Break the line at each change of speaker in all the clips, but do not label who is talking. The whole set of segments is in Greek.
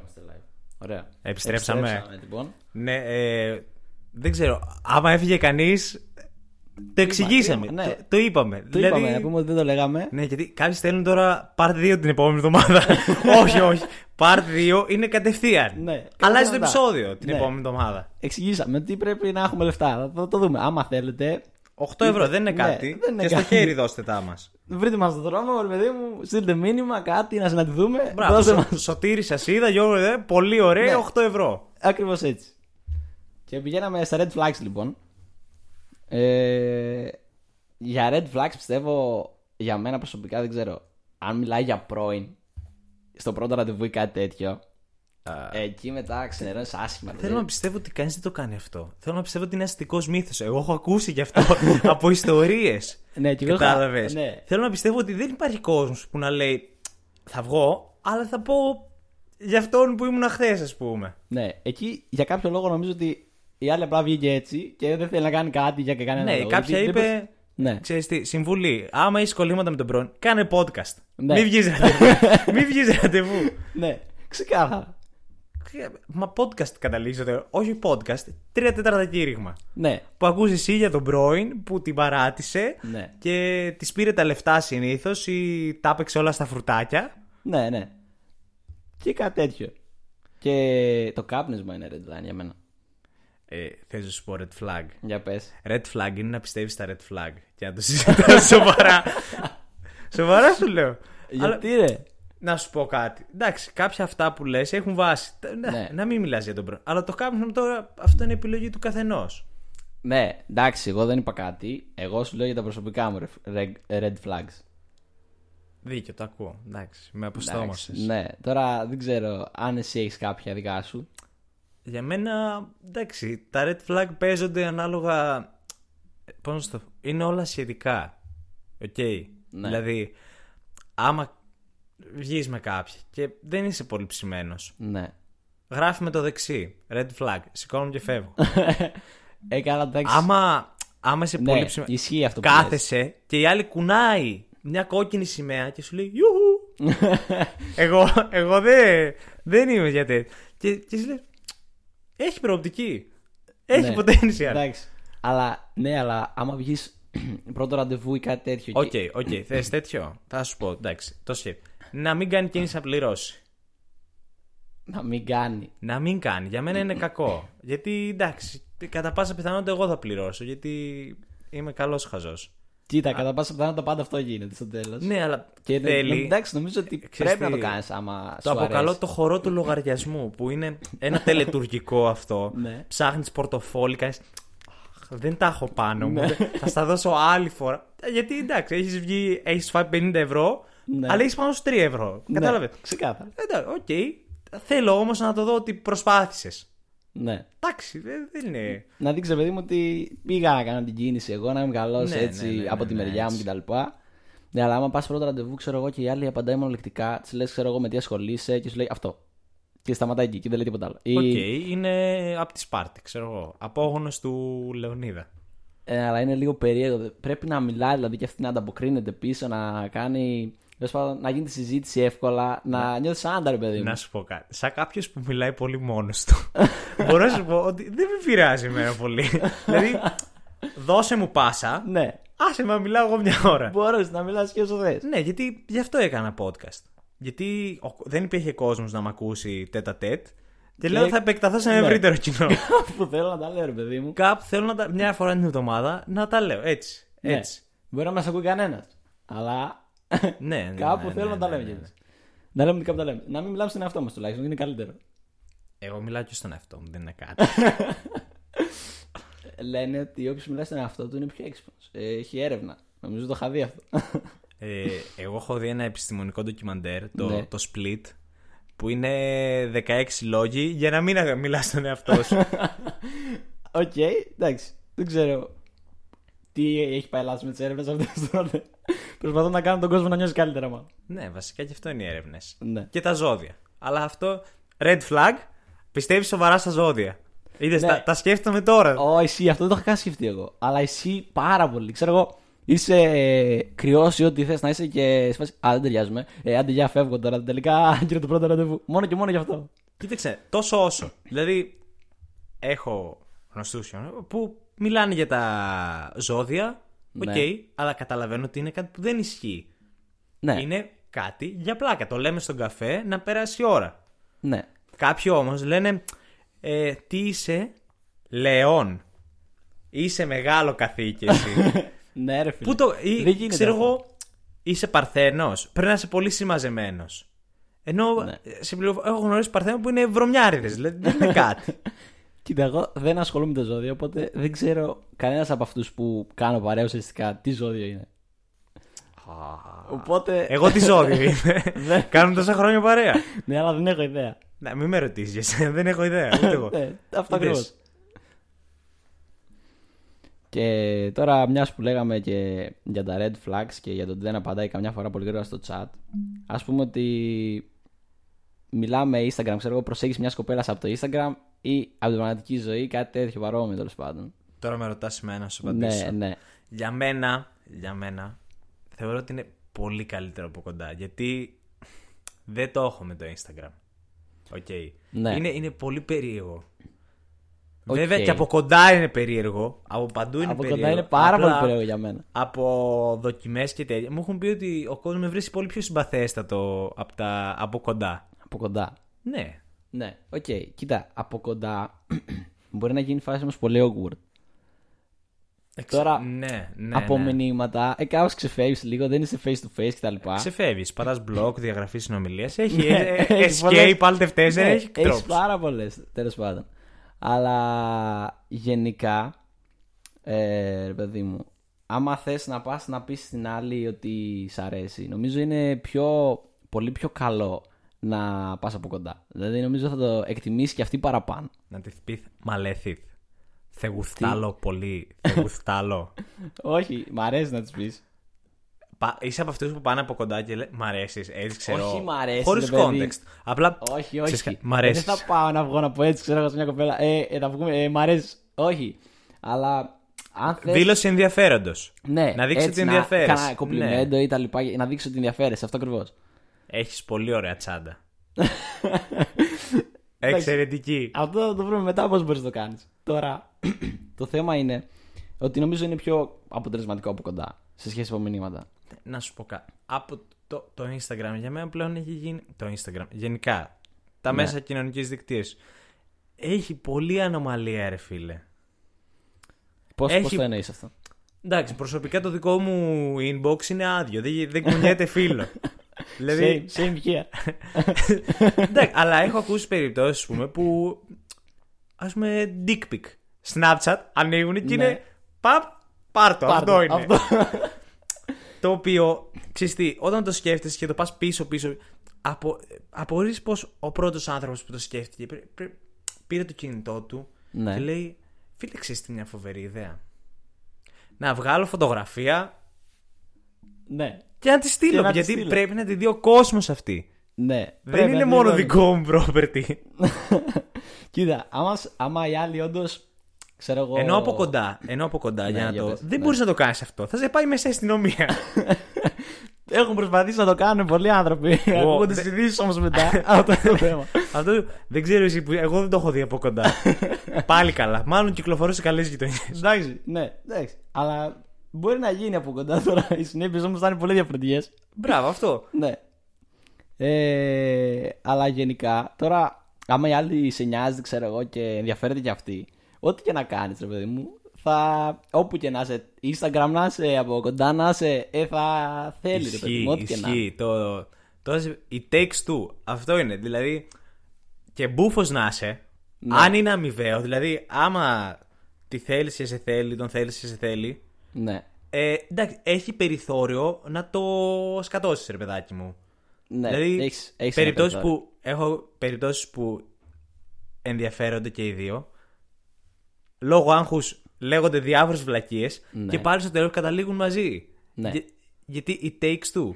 είμαστε live. Ωραία.
Επιστρέψαμε.
λοιπόν.
Ναι, ε, δεν ξέρω. Άμα έφυγε κανείς. Το εξηγήσαμε.
κρίμα, ναι.
το, το είπαμε. Δηλαδή,
Το είπαμε, να πούμε ότι δεν το λέγαμε.
Ναι, γιατί κάποιοι στέλνουν τώρα part 2 την επόμενη εβδομάδα. όχι, όχι. Part 2 είναι κατευθείαν.
Ναι,
Αλλάζει
κατευθείαν
το
μετά.
επεισόδιο την
Ναι.
επόμενη εβδομάδα.
Εξηγήσαμε τι πρέπει να έχουμε λεφτά. Θα το δούμε. Άμα θέλετε,
8 ευρώ δεν είναι
Ναι,
κάτι.
δεν είναι
και
κάτι.
στο χέρι δώστε τα μας.
βρείτε μας τον δρόμο, ρε παιδί μου, στείλτε μήνυμα, κάτι να συναντηθούμε.
Μπράβο.
Δώσε μα.
Σω, σωτήρι σα είδα, Γιώργο. ε, Πολύ ωραίο,
Ναι.
8 ευρώ.
Ακριβώς έτσι. Και πηγαίναμε στα red flags λοιπόν. Ε, για red flags πιστεύω για μένα προσωπικά δεν ξέρω. Αν μιλάει για πρώην, στο πρώτο ραντεβού ή κάτι τέτοιο, εκεί μετά ξενερώνεις άσχημα. δηλαδή.
Θέλω να πιστεύω ότι κανείς δεν το κάνει αυτό. Θέλω να πιστεύω ότι είναι αστικός μύθος. Εγώ έχω ακούσει γι' αυτό από ιστορίες.
Ναι, και εγώ είχα-
Κατάλαβες.
ναι.
Θέλω να πιστεύω ότι δεν υπάρχει κόσμος που να λέει Θα βγω, αλλά θα πω για αυτόν που ήμουν χθες, ας πούμε.
Ναι, εκεί για κάποιο λόγο νομίζω ότι η άλλη απλά βγήκε έτσι και δεν θέλει να κάνει κάτι για κανένα
ναι,
λόγο.
κάποια
Γιατί δεν
είπε.
προσ- Ναι.
Ξέρεις τι, συμβουλή. Άμα είσαι κολλήματα με τον πρώην, κάνε podcast.
Ναι.
Μην βγεις ραντεβού. Μην βγεις ραντεβού.
ναι, ξεκάθαρα.
Μα podcast καταλήξατε. Όχι podcast. Τρία τέταρτα κήρυγμα.
Ναι,
που ακούς εσύ για τον πρώην που την παράτησε
Ναι.
και της πήρε τα λεφτά συνήθως ή τα έπαιξε όλα στα φρουτάκια.
ναι, ναι. Και κάτι τέτοιο. Και το κάπνισμα είναι red line για μένα.
Ε, θες να σου πω red flag.
Για πες.
Red flag είναι να πιστεύεις στα red flag και να το συζητάς σοβαρά. σοβαρά σου λέω. Αλλά
Γιατί ρε.
να σου πω κάτι. Εντάξει, κάποια αυτά που λες έχουν βάση. Τα- Να,
Ναι.
να μην μιλάς για τον πρώην. Αλλά το κάπνισμα τώρα αυτό είναι επιλογή του καθενός.
Ναι, εντάξει, εγώ δεν είπα κάτι. Εγώ σου λέω για τα προσωπικά μου ρε- ρε- red flags.
Δίκιο, το ακούω. Εντάξει, με
Εντάξει,
αποστόμωσες.
ναι, τώρα δεν ξέρω αν εσύ έχεις κάποια δικά σου.
Για μένα, εντάξει, τα red flag παίζονται ανάλογα. Πώς να σου το πω, Είναι όλα σχετικά. Οκ.
Ναι.
Δηλαδή, άμα βγεις με κάποια και δεν είσαι πολύ ψημένος,
Ναι.
γράφει με το δεξί. Red flag. Σηκώνομαι και φεύγω.
Ε, καλά, εντάξει.
άμα, άμα είσαι
ναι,
πολύ ψημένο.
ισχύει αυτό που λες.
Κάθεσαι και η άλλη κουνάει μια κόκκινη σημαία και σου λέει Ιούχου! εγώ εγώ δεν, δεν είμαι για τέτοιο. Και, και σου λέει Έχει προοπτική. Έχει
Ναι.
potential.
Εντάξει. Αλλά, ναι, αλλά άμα βγεις πρώτο ραντεβού ή κάτι τέτοιο.
Οκ,
και-
οκ, θες τέτοιο. Θα σου πω, εντάξει, το σκέφτομαι. Να μην κάνει κίνηση να πληρώσει.
Να μην κάνει.
Να μην κάνει. Για μένα είναι κακό. Γιατί εντάξει, κατά πάσα πιθανότητα εγώ θα πληρώσω. Γιατί είμαι καλός χαζός.
Κοίτα, κατά πάσα πιθανότητα πάντα αυτό γίνεται στο τέλος.
Ναι, αλλά
Και ναι,
θέλει.
εντάξει, νομίζω ότι
Ξέρεις
πρέπει να το
τι,
κάνεις άμα
Το
σου
αποκαλώ
αρέσει.
το χορό του λογαριασμού που είναι ένα τελετουργικό αυτό.
Ναι.
Ψάχνεις πορτοφόλι, κάνεις. Δεν τα έχω πάνω
Ναι.
μου. Θα στα δώσω άλλη φορά. Γιατί εντάξει, έχεις βγει, έχεις φάει 50 ευρώ,
Ναι.
αλλά έχεις πάνω στου 3 ευρώ.
Ναι,
Κατάλαβες.
Ξεκάθαρα.
Εντάξει, οκ. Θέλω όμως να το δω ότι προσπάθησες.
Ναι.
Εντάξει, δεν, δεν είναι.
Να δείξει, ρε παιδί μου, ότι πήγα να κάνω την κίνηση εγώ, να είμαι καλό
Ναι,
έτσι
ναι, ναι, ναι,
από τη
ναι,
μεριά μου
έτσι.
κτλ. Ναι, αλλά άμα πας πρώτο ραντεβού, ξέρω εγώ και η άλλη απαντάει μονολεκτικά, της λες, ξέρω εγώ με τι ασχολείσαι και σου λέει αυτό. Και σταματάει εκεί και δεν λέει τίποτα άλλο. Ή-
Οκ, είναι από τη Σπάρτη, ξέρω εγώ. Απόγονο του Λεωνίδα.
Ε, αλλά είναι λίγο περίεργο. Δε- Πρέπει να μιλάει, δηλαδή, και αυτή να ανταποκρίνεται πίσω, να κάνει. τέλος πάντων, να γίνει τη συζήτηση εύκολα,
Ναι.
να νιώθεις άντα, ρε παιδί μου.
Να σου πω κάτι. Σαν κάποιος που μιλάει πολύ μόνος του. Μπορώ να σου πω ότι δεν με πειράζει εμένα πολύ. δηλαδή, δώσε μου πάσα,
Ναι,
άσε με να μιλάω εγώ μια ώρα.
μπορείς να μιλάς και όσο θες.
ναι, γιατί γι' αυτό έκανα podcast. Γιατί ο- δεν υπήρχε κόσμος να μ' ακούσει τέτα τέτ. Και λέω θα επεκταθώ σε ένα
Ναι.
ευρύτερο κοινό.
που θέλω να τα λέω, ρε παιδί μου.
Κάπου θέλω να τα... μια φορά την εβδομάδα να τα λέω έτσι.
Ναι.
έτσι.
Μπορεί να μας ακούει κανένας. Αλλά
Ναι, ναι,
κάπου
ναι,
θέλω
ναι,
να τα
ναι,
λέμε
ναι,
κι
ναι.
εμείς. Να λέμε ότι κάπου τα λέμε. Να μην μιλάμε στον εαυτό μας τουλάχιστον, είναι καλύτερο.
Εγώ μιλάω και στον εαυτό μου, δεν είναι κάτι.
Ε, Λένε ότι όποιος μιλάει στον εαυτό του είναι πιο έξυπνος. Έχει έρευνα. Νομίζω το είχα δει αυτό.
ε, εγώ έχω δει ένα επιστημονικό ντοκιμαντέρ, το,
Ναι.
το Split, που είναι 16 λόγοι για να μην μιλάς στον εαυτό σου.
Οκ, εντάξει. Δεν ξέρω τι έχει πάει λάθος με τις έρευνες αυτές τώρα. Προσπαθώ να κάνω τον κόσμο να νιώσει καλύτερα μάλλον.
ναι, βασικά και αυτό είναι οι έρευνες.
Ναι.
Και τα ζώδια. Αλλά αυτό, red flag, πιστεύεις σοβαρά στα ζώδια. Είδες,
Ναι.
τα, τα σκέφτομαι τώρα.
Ω, εσύ, αυτό δεν το είχα καν σκεφτεί εγώ. Αλλά εσύ πάρα πολύ. Ξέρω εγώ, είσαι κρυός ή ό,τι θες να είσαι και σε φάση, Α, δεν ταιριάζουμε. Ε, άντε, για φεύγω τώρα. Τελικά, γύρω το πρώτο ραντεβού. Μόνο και μόνο γι' αυτό.
Κοίταξε, τόσο όσο. δηλαδή, έχω γνωστούς που μιλάνε για τα ζώδια. Οκ,
Ναι.
αλλά καταλαβαίνω ότι είναι κάτι που δεν ισχύει.
Ναι.
Είναι κάτι για πλάκα. Το λέμε στον καφέ να περάσει η ώρα.
ναι.
Κάποιοι όμως λένε ε, Τι είσαι, Λεόν. Είσαι μεγάλο καθήκη εσύ.
Ναι, ρε φίλε.
Πού το. Ή,
Δεν γίνεται
ξέρω
αυτό.
εγώ, είσαι Παρθένος. Πρέπει να είσαι πολύ συμμαζεμένο. Ενώ ε,
Ναι.
σε πληροφο- έχω γνωρίσει Παρθένο που είναι βρωμιάριδες. Δηλαδή δεν είναι κάτι.
Κοίτα, εγώ δεν ασχολούμαι με τα ζώδια, οπότε δεν ξέρω κανένας από αυτούς που κάνω παρέα ουσιαστικά τι ζώδιο είναι. Οπότε.
εγώ τι ζώδιο είμαι. Κάνουμε τόσα χρόνια παρέα.
Ναι, αλλά δεν έχω ιδέα.
Να, μην με ρωτήσεις για σένα, δεν έχω ιδέα. Ούτε εγώ.
Ναι, αυτό
Είδες.
ακριβώ. Και τώρα, μιας που λέγαμε και για τα red flags και για το ότι δεν απαντάει καμιά φορά πολύ γρήγορα στο chat, ας πούμε ότι μιλάμε Instagram, ξέρω εγώ, προσέχεις μιας κοπέλας από το Instagram ή από την πραγματική ζωή, κάτι τέτοιο παρόμοιο τέλος πάντων.
Τώρα με ρωτάς εμένα να σου απαντήσω.
Ναι, ναι.
Για μένα, για μένα, θεωρώ ότι είναι πολύ καλύτερο από κοντά. Γιατί δεν το έχω με το Instagram. Οκ.
Ναι.
Είναι, είναι πολύ περίεργο.
Οκ.
Βέβαια και από κοντά είναι περίεργο. Από παντού είναι
από
περίεργο.
κοντά είναι πάρα
Απλά
πολύ περίεργο για μένα.
Από δοκιμές και τέτοια. Μου έχουν πει ότι ο κόσμος με βρίσκει πολύ πιο συμπαθέστατο από, τα, από κοντά.
Από κοντά.
Ναι.
Ναι, οκ. Κοίτα, από κοντά μπορεί να γίνει φάση όμως πολύ awkward. Τώρα,
ναι, ναι,
από
ναι.
μηνύματα, ε, κάπως ξεφεύγεις λίγο, δεν είσαι face to face κτλ.
Ξεφεύγεις, πατάς μπλοκ, διαγραφή συνομιλία. Έχει
Ναι,
ε, ε,
έχεις
escape,
πολλές-
altf4,
Ναι,
έχει
έχεις
τρόπους.
πάρα πολλές, τέλος πάντων. Αλλά γενικά, ε, ρε παιδί μου, άμα θες να πας να πεις στην άλλη ότι σ' αρέσει, νομίζω είναι πιο, πολύ πιο καλό να πας από κοντά. Δηλαδή, νομίζω θα το εκτιμήσεις και αυτή παραπάνω.
Να της πεις μαλέθιθ. Θε γουστάλω πολύ. Θε γουστάλω.
Όχι, μ' αρέσει να της πεις.
Πα- είσαι από αυτούς που πάνε από κοντά και λέει Μ' αρέσεις, έτσι ξέρω.
Όχι, μ' αρέσει,
Χωρίς
ρε παιδί.
context. Απλά.
Όχι, όχι.
Ξέρεις κα- μ' αρέσεις.
Δεν θα πάω να βγω να πω έτσι, ξέρω εγώ σε μια κοπέλα. Ε, ε, να βγούμε, ε, μ' αρέσει. Όχι. Αλλά αν θες,
Δήλωση ενδιαφέροντος.
ναι,
να δείξεις
έτσι,
ότι
Να
ενδιαφέρεσαι. Ναι.
κάνα κομπλιμέντο ή τα λοιπά, για να δείξει ότι ενδιαφέρεσαι. Αυτό ακριβώς.
Έχεις πολύ ωραία τσάντα. Εξαιρετική.
Αυτό θα το βρούμε μετά πώς μπορείς να το κάνεις. Τώρα, το θέμα είναι ότι νομίζω είναι πιο αποτελεσματικό από κοντά σε σχέση με μηνύματα.
να σου πω κάτι. Από το, το Instagram για μένα πλέον έχει γίνει. Το Instagram. Γενικά. Τα
Ναι.
μέσα κοινωνικής δικτύωσης. Έχει πολλή ανομαλία, ρε φίλε.
Πώς
Έχει-
το εννοείς αυτό.
Εντάξει, προσωπικά το δικό μου inbox είναι άδειο. Δεν, δεν κουνιέται φίλο. δηλαδή.
Same, same here.
εντάξει, αλλά έχω ακούσει περιπτώσεις πούμε, που. Ας πούμε, dick pic. Snapchat ανοίγουν και
Ναι.
είναι. Παπ, πάρ το, αυτό
Πάρτο,
είναι. Το οποίο, ξέρεις τι, όταν το σκέφτεσαι και το πας πίσω-πίσω, απο, απορείς πως ο πρώτος άνθρωπος που το σκέφτηκε πρέ- πρέ- πήρε το κινητό του
Ναι.
και λέει, φίλε, ξέρεις τι είναι μια φοβερή ιδέα. Να βγάλω φωτογραφία
ναι.
και να τη στείλω,
Και να τη
γιατί
στείλω.
πρέπει να τη δει ο κόσμος αυτή.
Ναι.
Δεν
Πρέπει
είναι
να
μόνο
τελειώνει.
δικό μου property.
Κοίτα, άμα, σ- άμα οι άλλοι όντως. Ξέρω εγώ.
Ενώ από κοντά, ενώ από κοντά για να
για
το.
πες,
δεν
ναι.
μπορείς να το κάνεις αυτό. Θα σε πάει μέσα στην αστυνομία.
Έχουν προσπαθήσει να το κάνουν πολλοί άνθρωποι. Ακούγονται
δεν-
ειδήσεις όμως μετά. Αυτό είναι το θέμα.
Αυτό δεν ξέρω εσύ που. Εγώ δεν το έχω δει από κοντά. Πάλι καλά. Μάλλον κυκλοφορώ σε καλές γειτονιές.
Εντάξει, ναι, εντάξει. Αλλά μπορεί να γίνει από κοντά τώρα. Οι συνέπειες όμως θα είναι πολύ διαφορετικές.
Μπράβο, αυτό.
Ναι. Ε, αλλά γενικά, τώρα, άμα η άλλη σε νοιάζει, ξέρω εγώ, και ενδιαφέρεται και αυτή, ό,τι και να κάνεις, ρε παιδί μου, θα. όπου και να είσαι, Instagram να είσαι, από κοντά να είσαι, ε, θα θέλει, ρε παιδί μου, ό,τι και να.
ισχύει. Το, το, η takes του. Αυτό είναι. Δηλαδή. Και μπούφος να είσαι.
Ναι.
Αν είναι αμοιβαίο, δηλαδή άμα τη θέλεις και σε θέλει, τον θέλεις και σε θέλει.
Ναι.
Ε, εντάξει, έχει περιθώριο να το σκατώσεις, ρε παιδάκι μου.
Ναι,
δηλαδή,
έχεις- έχεις ένα
περιπτώσεις
περιθώριο.
που, έχω περιπτώσεις που ενδιαφέρονται και οι δύο. Λόγω άγχους λέγονται διάφορες βλακίες
Ναι.
και πάλι στο τέλος καταλήγουν μαζί.
Ναι.
Γε- γιατί η takes two.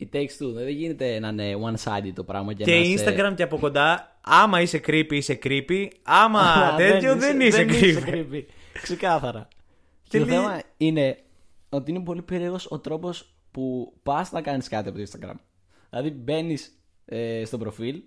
It takes two. Δεν γίνεται να είναι one-sided το πράγμα. Και,
Και,
να είσαι-
Instagram και από κοντά, άμα είσαι creepy, είσαι creepy. Άμα
Α,
τέτοιο, δεν είσαι, creepy.
Ξεκάθαρα. Και
Και
το
λέει-
θέμα είναι ότι είναι πολύ περίεργος ο τρόπος που πας να κάνεις κάτι από το Instagram. Δηλαδή μπαίνεις ε, στο προφίλ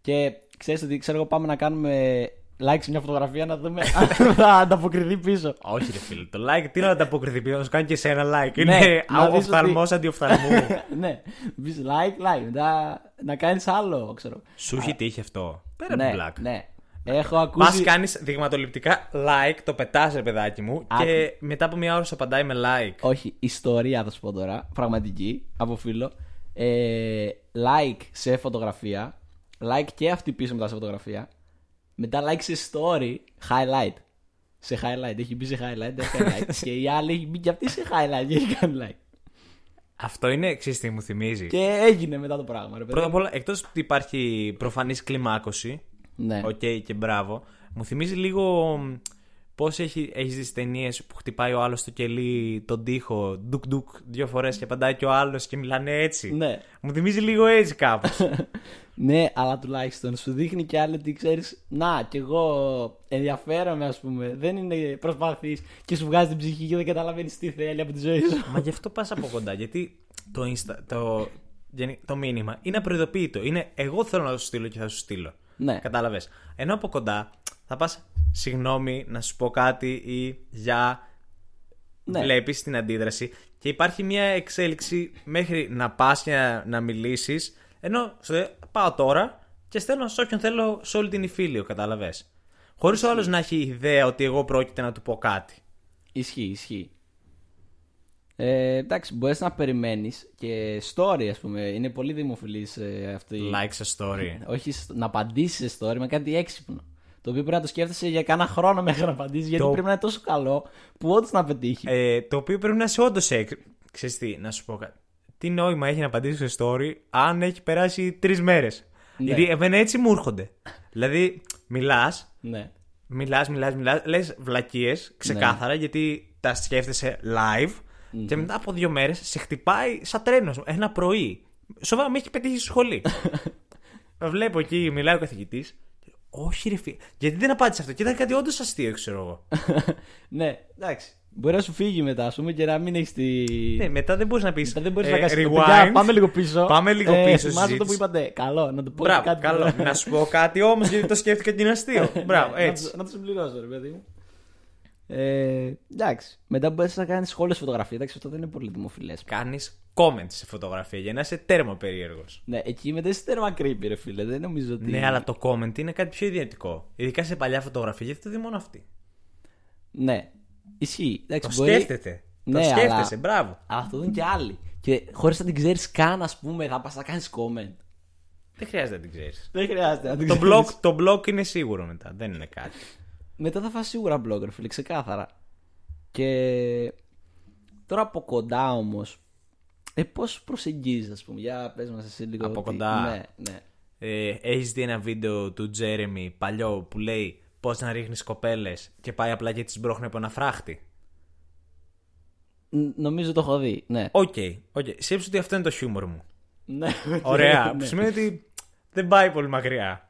και ξέρεις ότι ξέρω εγώ πάμε να κάνουμε like σε μια φωτογραφία να δούμε αν θα ανταποκριθεί πίσω.
Όχι, ρε φίλε. Το like, τι να ανταποκριθεί πίσω, να σου κάνει και σε ένα like.
Ναι,
Είναι
να δεις ότι-
οφθαλμό αντιοφθαλμού.
ναι. Μπει like, like. Μετά να κάνεις άλλο, ξέρω.
Σου έχει τύχει αυτό. Πέρα
ναι,
από black.
ναι. Έχω
Μα
ακούσει.
κάνεις δειγματοληπτικά like, το πετάς, ρε παιδάκι μου, και μετά από μια ώρα σου απαντάει με like.
Όχι, ιστορία θα σου πω τώρα. Πραγματική, από φίλο. Ε, like σε φωτογραφία. Like και αυτή πίσω μετά σε φωτογραφία. Μετά like σε story. Highlight. Σε highlight. Έχει μπει σε highlight. έχει κάνει like. και η άλλη έχει μπει και αυτή σε highlight. και Έχει κάνει like.
Αυτό είναι, ξέρεις τι μου θυμίζει.
Και έγινε μετά το πράγμα. Ρε, παιδί.
Πρώτα απ' όλα, εκτός ότι υπάρχει προφανής κλιμάκωση,
Ναι.
οκ και μπράβο, μου θυμίζει λίγο πώς έχει έχεις δεις ταινίες που χτυπάει ο άλλος το κελί, τον τοίχο, ντουκ ντουκ δύο φορές και απαντάει και ο άλλος και μιλάνε έτσι.
ναι.
Μου θυμίζει λίγο έτσι κάπως.
ναι, αλλά τουλάχιστον σου δείχνει και άλλη ότι ξέρεις, Να, κι εγώ ενδιαφέρομαι, ας πούμε. Δεν είναι προσπαθείς και σου βγάζει την ψυχή και δεν καταλαβαίνεις τι θέλει από τη ζωή σου.
Μα γι' αυτό πας από κοντά. Γιατί το, Insta, το, γενι- το μήνυμα είναι απροειδοποιητό. Είναι εγώ θέλω να σου στείλω και θα σου στείλω.
Ναι.
Κατάλαβες. Ενώ από κοντά θα πας, συγγνώμη, να σου πω κάτι ή για.
Ναι.
Βλέπεις την αντίδραση και υπάρχει μια εξέλιξη μέχρι να πας και να, να μιλήσεις. Ενώ σου λέει, πάω τώρα και στέλνω σε όποιον θέλω σε όλη την υφήλιο. Κατάλαβες. Χωρίς ο άλλος να έχει ιδέα ότι εγώ πρόκειται να του πω κάτι.
Ισχύει, ισχύει. Ε, εντάξει, μπορείς να περιμένεις και story, ας πούμε. Είναι πολύ δημοφιλής αυτή.
Like σε story.
Όχι σ- να απαντήσεις σε story με κάτι έξυπνο. Το οποίο πρέπει να το σκέφτεσαι για κάνα χρόνο μέχρι να απαντήσεις, γιατί
Το-
πρέπει να είναι τόσο καλό που όντως να πετύχει.
Ε, το οποίο πρέπει να είσαι όντως έξυπνο. Ξέρεις τι, να σου πω κάτι. Τι νόημα έχει να απαντήσεις στο story αν έχει περάσει τρεις μέρες.
Ναι.
Γιατί εμένα έτσι μου έρχονται. δηλαδή, μιλάς,
Ναι.
μιλάς, μιλάς, μιλάς, λες βλακίες ξεκάθαρα γιατί τα σκέφτεσαι live και μετά από δύο μέρες σε χτυπάει σαν τρένος ένα πρωί. Σοβαρά, με έχει πετύχει στη σχολή. Βλέπω εκεί, μιλάει ο καθηγητής. Όχι, ρε φίλε. Γιατί δεν απάντησε αυτό. Και ήταν κάτι όντως αστείο, ξέρω εγώ.
ναι, εντάξει. Μπορεί να σου φύγει μετά, ας πούμε, και να μην έχεις τη.
ναι, μετά δεν μπορείς να πεις.
Μετά δεν μπορείς να κάνει. Παιδιά, πάμε λίγο πίσω.
Πάμε λίγο
Ε,
πίσω στη
Θυμάσαι αυτό που
συζήτηση.
είπατε. Καλό, να το πω
Μπράβο,
κάτι.
καλό. να σου πω κάτι όμως, γιατί το σκέφτηκα και είναι αστείο. Μπράβο,
Ναι, να
έτσι.
το- Να το συμπληρώσω, ρε παιδί μου. Ε, εντάξει. Μετά μπορεί να κάνεις σχόλια φωτογραφία. Εντάξει, αυτό δεν είναι πολύ δημοφιλές.
Κάνεις comment σε φωτογραφία για να είσαι τέρμα περίεργος.
Ναι, εκεί μετά είσαι τέρμα creepy, ρε φίλε. Δεν νομίζω ότι.
Ναι, αλλά το comment είναι κάτι πιο ιδιαίτερο. Ειδικά σε παλιά φωτογραφία, γιατί το δει μόνο αυτή.
Ναι. Ισχύει. Εντάξει,
Το
μπορεί-
σκέφτεται.
Ναι,
το
αλλά-
σκέφτεσαι, μπράβο.
Αλλά αυτό δουν και άλλοι. Και χωρίς να την ξέρεις καν, ας πούμε, θα πα να κάνεις comment.
Δεν χρειάζεται να την ξέρεις.
Δεν χρειάζεται να την
το,
ξέρεις.
blog, το blog είναι σίγουρο μετά. Δεν είναι κάτι.
Μετά θα φας σίγουρα blogger, φίλε, ξεκάθαρα. Και τώρα από κοντά όμως. Ε, πώς προσεγγίζεις, ας πούμε. Για πες μας εσύ λίγο.
Από
τι-
κοντά.
Ναι, ναι.
Ε, Έχεις δει ένα βίντεο του Τζέρεμι παλιό που λέει πώς να ρίχνεις κοπέλες και πάει απλά και τις μπρόχνει από ένα φράχτη.
Ν- Νομίζω το έχω δει, ναι.
Οκ, οκ. Σκέψου ότι αυτό είναι το χιούμορ μου.
Ναι, οκ,
Ωραία.
ναι.
Που σημαίνει ότι δεν πάει πολύ μακριά.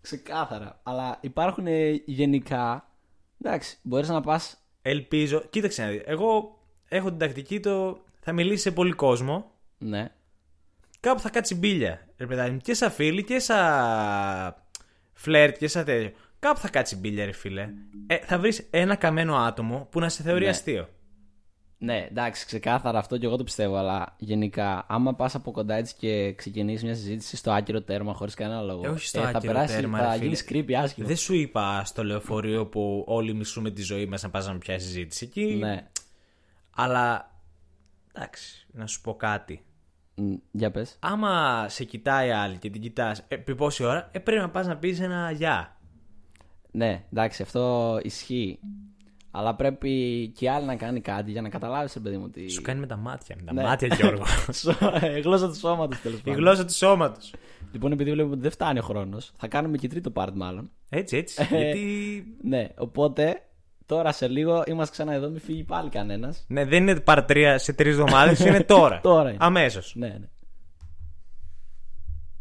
Ξεκάθαρα. Αλλά υπάρχουν ε, γενικά. Εντάξει, μπορείς να πας.
Ελπίζω. Κοίταξε να δεις. Εγώ έχω την τακτική το. Θα μιλήσει σε πολύ κόσμο.
Ναι.
Κάπου θα κάτσει μπίλια. Ρε παιδάκι μου. Και σαν φίλη και σαν φλερτ και σαν τέτοιο. Κάπου θα κάτσει μπίλια, ρε φίλε. Ε, θα βρεις ένα καμένο άτομο που να σε θεωρεί
Ναι.
αστείο.
Ναι, εντάξει, ξεκάθαρα αυτό και εγώ το πιστεύω. Αλλά γενικά, άμα πας από κοντά έτσι και ξεκινήσεις μια συζήτηση στο άκυρο τέρμα χωρίς κανένα λόγο.
Ε, όχι στο
θα
άκυρο
περάσει,
τέρμα,
Θα
ρε φίλε.
γίνει creepy άσχημα.
Δεν σου είπα στο λεωφορείο που όλοι μισούμε τη ζωή μας να πα να με πιάσει συζήτηση εκεί.
Ναι.
Αλλά. Εντάξει, να σου πω κάτι.
Μ, Για πες.
άμα σε κοιτάει άλλη και την κοιτάς επί πόση ώρα, ε, πρέπει να πας να πεις ένα γεια.
Ναι, εντάξει, αυτό ισχύει. Αλλά πρέπει και οι άλλοι να κάνει κάτι για να καταλάβεις, ρε παιδί μου, ότι.
Σου κάνει με τα μάτια. Με τα
Ναι.
μάτια, Γιώργο.
Η γλώσσα του σώματος τέλος
Η
πάντων.
γλώσσα του σώματος.
Λοιπόν, επειδή βλέπουμε ότι δεν φτάνει ο χρόνος, θα κάνουμε και τρίτο part μάλλον.
Έτσι, έτσι.
Ε.
γιατί.
Ναι, οπότε τώρα σε λίγο είμαστε ξανά εδώ, μην φύγει πάλι κανένας.
Ναι, δεν είναι παρατρία σε τρεις εβδομάδες, είναι τώρα.
Τώρα είναι.
Αμέσως.
Ναι, ναι.